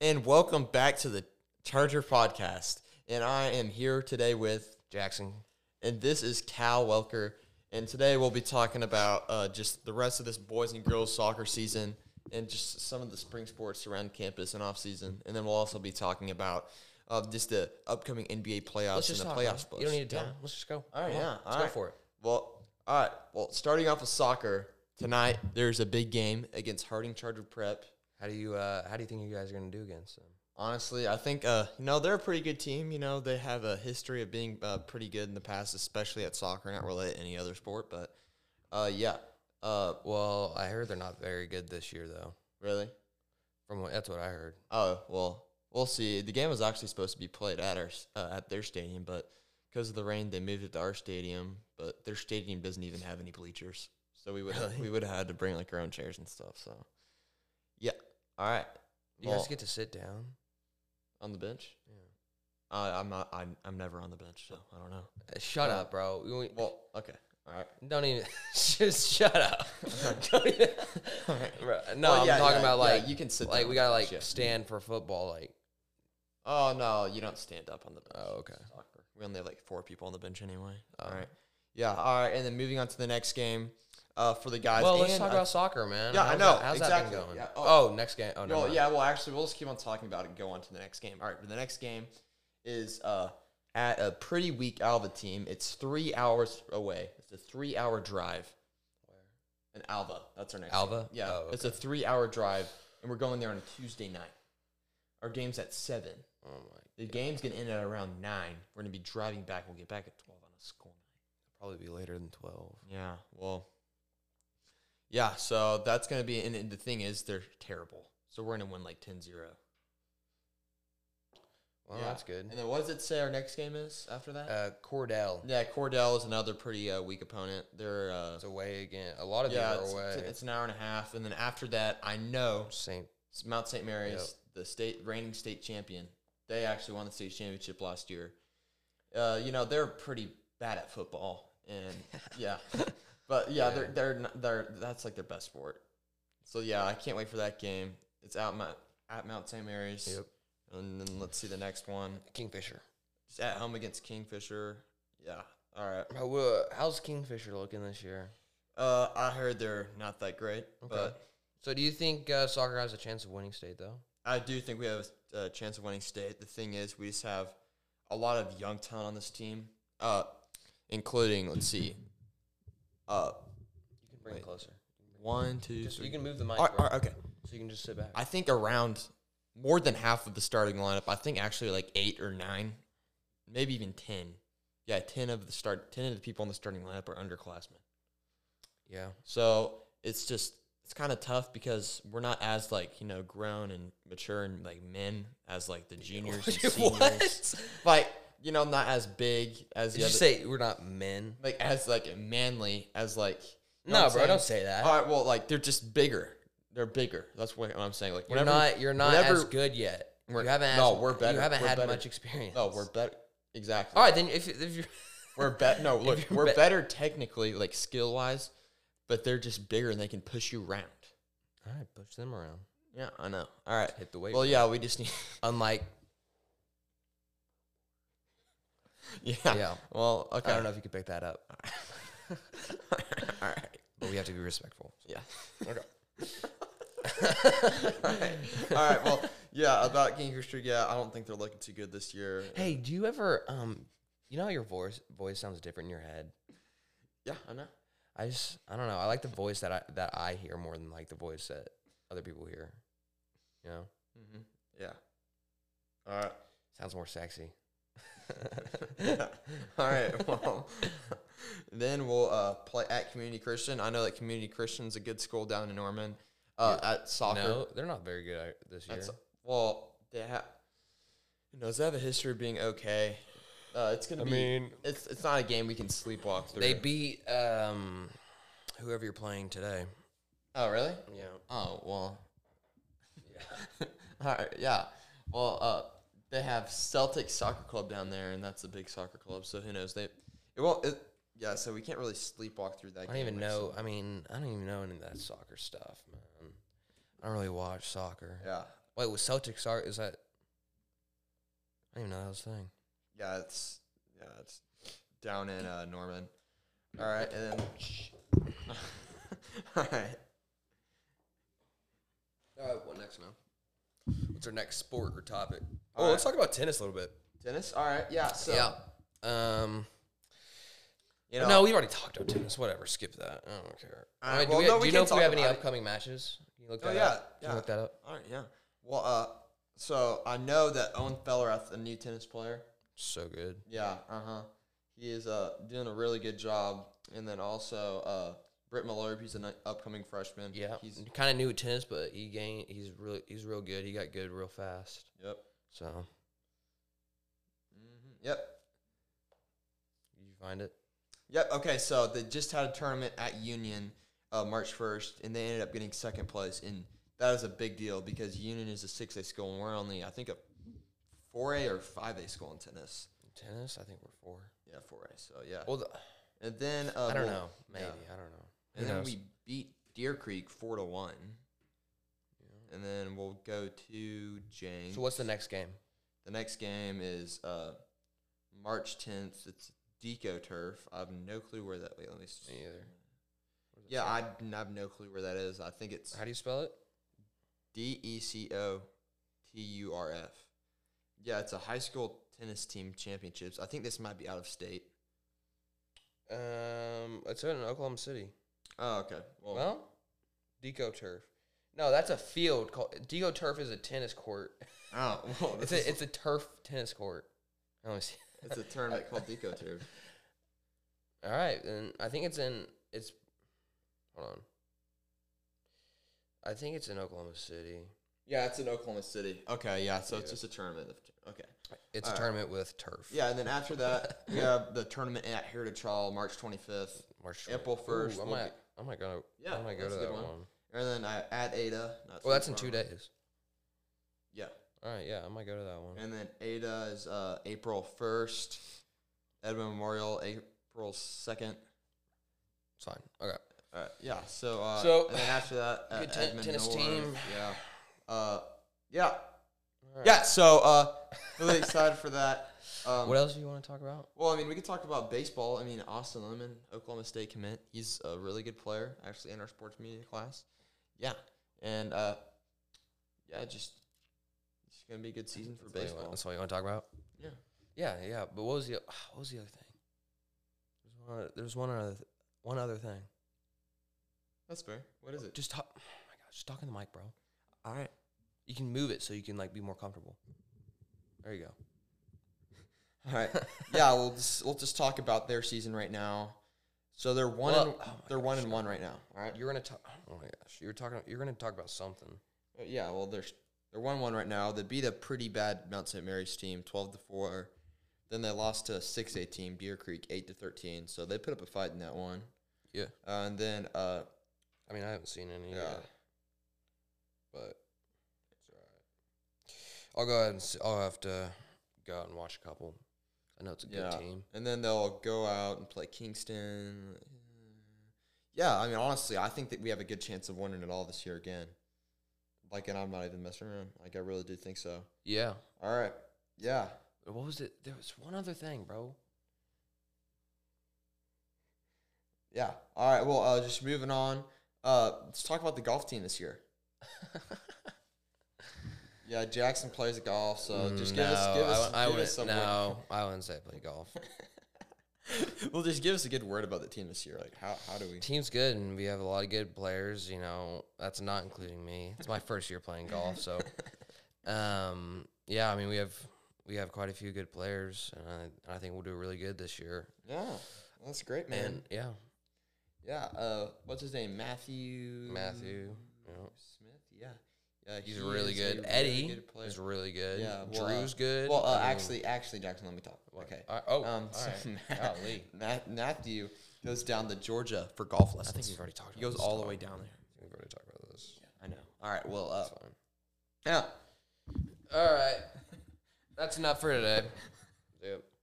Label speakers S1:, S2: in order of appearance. S1: And welcome back to the Charger Podcast. And I am here today with,
S2: Jackson.
S1: and this is Cal Welker. And today we'll be talking about uh, just the rest of this boys and girls soccer season and just some of the spring sports around campus and off season. And then we'll also be talking about uh, just the upcoming NBA playoffs
S2: Let's just
S1: and the
S2: talk. man.
S1: playoffs.
S2: You don't need to tell. me. Let's just go.
S1: All right,
S2: Come on.
S1: yeah.
S2: Let's
S1: all
S2: go
S1: right.
S2: for it.
S1: Well, all right. Well, starting off with soccer tonight, there's a big game against Harding Charger Prep.
S2: How do you uh, How do you think you guys are going to do against them?
S1: Honestly, I think uh, you know they're a pretty good team. You know they have a history of being uh, pretty good in the past, especially at soccer. Not really at any other sport, but uh, yeah, uh,
S2: Well, I heard they're not very good this year, though.
S1: really.
S2: From what, that's what I heard.
S1: Oh well, we'll see. The game was actually supposed to be played at our s- uh, at their stadium, but because of the rain, they moved it to our stadium. But their stadium doesn't even have any bleachers, so we would
S2: Really?
S1: we would have had to bring like our own chairs and stuff. So yeah, all right.
S2: You
S1: Well,
S2: guys get to sit down.
S1: on the bench.
S2: Yeah.
S1: Uh, I'm not. I'm, I'm never on the bench, so I don't know.
S2: Uh, Shut
S1: Uh,
S2: up, bro. We, we-
S1: Well, okay, all right.
S2: don't even. just shut up. Don't even- Bro, no,
S1: Well, yeah,
S2: I'm talking
S1: yeah,
S2: about
S1: yeah,
S2: like
S1: you can sit
S2: like
S1: down
S2: we
S1: on
S2: gotta
S1: the
S2: like
S1: bench, yeah.
S2: stand for football. Like,
S1: Oh no, you don't stand up on the bench.
S2: Oh, okay.
S1: Soccer. We only have like four people on the bench anyway.
S2: Oh.
S1: All right. Yeah. All right. And then moving on to the next game, uh, for the guys.
S2: well, let's
S1: and,
S2: talk
S1: uh,
S2: about soccer, man.
S1: Yeah, I
S2: how's
S1: know,
S2: That, how's
S1: exactly,
S2: that been going?
S1: yeah. Oh.
S2: oh. next game. Oh, no.
S1: Well, yeah. Well, actually, we'll just keep on talking about it and go on to the next game. All right. But the next game is uh at a pretty weak Alva team. It's three hours away. It's a three-hour drive. In Alva. That's our next. game.
S2: Alva?
S1: Yeah.
S2: Oh,
S1: It's a three-hour drive, and we're going there on Tuesday night. Our game's at seven.
S2: Oh my.
S1: The game's gonna end at around nine. We're gonna be driving back. We'll get back at twelve on a school night.
S2: Probably be later than twelve.
S1: Yeah. Well. Yeah. So that's gonna be. And, and the thing is, they're terrible. So we're gonna win like 10-0.
S2: Well,
S1: yeah.
S2: that's good.
S1: And then what does it say our next game is after that?
S2: Uh, Cordell.
S1: yeah, Cordell is another pretty uh, weak opponent. They're uh,
S2: It's away again. A lot of
S1: yeah,
S2: these
S1: it's,
S2: are away.
S1: it's- it's an hour and a half, and then after that, I know
S2: Saint.
S1: s- Mount St. Mary's, the state reigning state champion. They actually won the state championship last year. Uh, you know they're pretty bad at football, and yeah, but yeah, they're
S2: Yeah.
S1: they're not, they're that's like their best sport. So yeah, I can't wait for that game. It's out Mount, at Mount St. Mary's,
S2: Yep.
S1: and then let's see the next one.
S2: Kingfisher.
S1: It's at home against Kingfisher. Yeah, all right.
S2: How, uh, how's Kingfisher looking this year?
S1: Uh, I heard they're not that great, but
S2: So do you think uh, soccer has a chance of winning state though?
S1: I do think we have a chance of winning state. The thing is, we just have a lot of young talent on this team, uh, including let's see, uh,
S2: You can bring
S1: Wait.
S2: it closer.
S1: one, two,
S2: Just,
S1: three.
S2: you can move the mic.
S1: All right,
S2: bro,
S1: all right, okay.
S2: So you can just sit back.
S1: I think around more than half of the starting lineup. I think actually like eight or nine, maybe even ten. Yeah, ten of the start, ten of the people in the starting lineup are underclassmen.
S2: yeah.
S1: So it's just it's kind of tough because we're not as like you know grown and mature and like men as like the juniors and seniors. Like you know, not as big as
S2: Did
S1: the
S2: you
S1: other,
S2: say we're not men?
S1: like as like manly as like. you know what
S2: No,
S1: I'm
S2: bro.
S1: saying?
S2: Don't say that.
S1: All right, well, like they're just bigger. They're bigger. That's what I'm saying. Like
S2: you're
S1: whenever,
S2: not. You're not
S1: whenever-
S2: as good yet. You
S1: We're-
S2: haven't.
S1: no,
S2: as-
S1: we're better,
S2: You haven't
S1: we're
S2: had
S1: better.
S2: much experience.
S1: No, we're better. Exactly.
S2: All right, then if, if you're
S1: We're bet. No, look,
S2: you're
S1: we're
S2: bet-
S1: better technically, like skill wise, but they're just bigger and they can push you around.
S2: all right, push them around.
S1: Yeah, I know. All right.
S2: Hit the weight.
S1: Well, yeah, we just need.
S2: unlike
S1: Yeah.
S2: Yeah.
S1: Well, okay.
S2: I don't know if you could pick that up,
S1: All right.
S2: but we have to be respectful.
S1: Yeah.
S2: Okay.
S1: All right. Well, yeah. About Kingfisher, yeah, I don't think they're looking too good this year.
S2: Hey, do you ever um you know how your voice voice sounds different in your head?
S1: Yeah, I know.
S2: I just I don't know. I like the voice that I that I hear more than like the voice that other people hear. You know?
S1: Mm-hmm. Yeah. All right.
S2: Sounds more sexy.
S1: All right. Well, then we'll uh, play at Community Christian. I know that Community Christian's a good school down in Norman. Uh, at soccer.
S2: No, they're not very good at- this year.
S1: That's well, they have. You know, does they have a history of being okay? Uh, it's gonna
S2: I
S1: be.
S2: mean-
S1: it's it's not a game we can sleepwalk through.
S2: They beat um whoever you're playing today.
S1: oh really?
S2: Yeah.
S1: Oh well. All right. Yeah. Well, uh, they have Celtic Soccer Club down there, and that's a big soccer club. So who knows? They it won't. It, yeah. So we can't really sleepwalk through that.
S2: I don't
S1: game,
S2: even
S1: like, so-
S2: know. I mean, I don't even know any of that soccer stuff, man. I don't really watch soccer.
S1: Yeah.
S2: Wait, was Celtics are is that? I don't even know that was a thing.
S1: Yeah, it's yeah, it's down in uh, Norman. All right, and then all right.
S2: All right, what next now? What's our next sport or topic?
S1: All
S2: oh, let's
S1: right.
S2: talk about tennis a little bit.
S1: Tennis. All right. Yeah. So
S2: yeah. Um.
S1: you know.
S2: no, we've already talked about tennis. Whatever, skip that. I don't care.
S1: All right,
S2: Alright, do
S1: well,
S2: we,
S1: no,
S2: do
S1: we
S2: you
S1: can
S2: know if we
S1: talk
S2: have any
S1: about it.
S2: upcoming matches? Can you look
S1: Oh,
S2: that
S1: yeah,
S2: up? Can
S1: yeah.
S2: you look that up?
S1: all right. Yeah. Well, uh, so I know that Owen Fellerath, a new tennis player.
S2: So good.
S1: Yeah. Uh huh. He is uh doing a really good job, and then also uh Britt Malherbe, he's an upcoming freshman.
S2: Yeah,
S1: He's
S2: he's kind of new at tennis, but he gained. He's really he's real good. He got good real fast.
S1: yep.
S2: So
S1: hmm Yep.
S2: you find it.
S1: Yep. Okay. So they just had a tournament at Union uh, March 1st, and they ended up getting second place. And that is a big deal because Union is a 6A school, and we're only, I think, a 4A or 5A school in tennis.
S2: Tennis, I think we're four.
S1: Yeah, 4A. So, yeah.
S2: Well, the,
S1: And then. Uh,
S2: I don't
S1: well,
S2: know. Maybe
S1: yeah.
S2: I don't know.
S1: And
S2: Who
S1: then
S2: knows?
S1: we beat Deer Creek 4 to 1.
S2: Yeah.
S1: And then we'll go to James.
S2: So what's the next game?
S1: The next game is uh, March 10th. It's Deco Turf. I have no clue where that. Wait, let me. s-
S2: Me either.
S1: Yeah, I n- have no clue where that is. I think it's
S2: How do you spell it?
S1: D E C O T U R F. Yeah, it's a high school tennis team championships. I think this might be out of state.
S2: Um, it's in Oklahoma City.
S1: Oh, okay. Well,
S2: Well, Deco Turf. No, that's a field called Deco Turf is a tennis court.
S1: oh, well,
S2: It's
S1: this is-
S2: a it's a turf tennis court. I don't see.
S1: it's a tournament called Deco Turf.
S2: All right, then I think it's in it's. Hold on. I think it's in Oklahoma City.
S1: Yeah, it's in Oklahoma City. Okay, yeah. So it's
S2: Yeah.
S1: just a tournament. of- Okay.
S2: It's
S1: All
S2: a
S1: right.
S2: tournament with turf.
S1: Yeah, and then after that, we have the tournament at Heritage Hall, March 25th.
S2: March
S1: April
S2: 20th.
S1: 1st,
S2: Ooh, I
S1: we'll
S2: might. I might go.
S1: Yeah,
S2: I might go
S1: that's
S2: to
S1: a good
S2: that
S1: one.
S2: one.
S1: And then I, at Ada. not
S2: Well, that's
S1: too
S2: in
S1: far
S2: two
S1: away.
S2: days.
S1: Yeah.
S2: All right. Yeah, I might go to that one.
S1: And then Ada is uh, April 1st. Edmund Memorial, April 2nd.
S2: It's fine. Okay.
S1: All right. Yeah. So, uh,
S2: So-
S1: and then after that, uh,
S2: Good ten-
S1: Edmund
S2: tennis
S1: North,
S2: team.
S1: Yeah. Uh, yeah.
S2: All
S1: Yeah. So, uh, really excited for that. Um,
S2: What else do you want to talk about?
S1: Well, I mean, we could talk about baseball. I mean, Austin Lemon, Oklahoma State commit. He's a really good player, actually, in our sports media class. Yeah. And, uh, yeah, just, it's going to be a good season for
S2: That's all you want-
S1: baseball.
S2: That's all you want to talk about.
S1: Yeah.
S2: Yeah, yeah. But what was the what was the other thing? There's one. Other, there's one other th- one other thing.
S1: That's fair. What is it?
S2: Just talk. Oh my gosh, just talk in the mic, bro.
S1: All right.
S2: You can move it so you can like be more comfortable. There you go.
S1: All right. yeah, we'll just, we'll just talk about their season right now. So they're one
S2: Well-
S1: and,
S2: oh my
S1: they're one
S2: gosh,
S1: and
S2: no.
S1: one right now. All right.
S2: You're gonna talk. Oh my gosh, you're talking. You're gonna talk about something.
S1: Uh, Yeah, well they're they're one one right now. They beat a pretty bad Mount St. Mary's team, twelve to four. Then they lost to a six A team, Deer Creek, eight to thirteen. So they put up a fight in that one.
S2: Yeah.
S1: Uh, and then uh
S2: I mean, I haven't seen any.
S1: Yeah.
S2: yet, but it's alright. I'll go ahead and see, I'll have to go out and watch a couple. I know it's a good
S1: Yeah.
S2: team.
S1: and then they'll go out and play Kingston. Yeah, I mean honestly, I think that we have a good chance of winning it all this year again. Like and I'm not even messing around. Like I really do think so.
S2: Yeah.
S1: All right. Yeah.
S2: What was it? There was one other thing, bro.
S1: Yeah. All right. Well, uh, just moving on. Uh, let's talk about the golf team this year. Yeah, Jackson plays golf, so just give us give
S2: Mm, I
S1: us,
S2: wou- I,
S1: give
S2: wouldn't.
S1: us some.
S2: no, I wouldn't say play golf.
S1: well, just give us a good word about the team this year. Like, how how do we?
S2: Team's good, and we have a lot of good players. You know, that's not including me. It's my first year playing golf, so um, yeah. I mean, we have we have quite a few good players, and I, and I think we'll do really good this year.
S1: Yeah, that's great, man.
S2: And yeah,
S1: yeah. Uh, what's his name? Matthew.
S2: Matthew, you know,
S1: Smith. Yeah. Yeah,
S2: he's
S1: Mm. he
S2: really
S1: is
S2: good.
S1: a really
S2: Eddie
S1: good player.
S2: is really good.
S1: Yeah, well, uh,
S2: Drew's good.
S1: Well, uh,
S2: I mean,
S1: actually, actually, Jackson, let me talk. Okay.
S2: all right- oh,
S1: Um,
S2: all
S1: so
S2: right.
S1: Matt-
S2: Golly.
S1: Matt, Matthew goes down to Georgia for golf
S2: I
S1: lessons.
S2: think we've already talked.
S1: he
S2: about
S1: goes
S2: this
S1: all the
S2: topic.
S1: way down there.
S2: I think We've already talked about this.
S1: I know. All right. Well, uh,
S2: It's fine.
S1: yeah.
S2: All right. That's enough for today. Yep.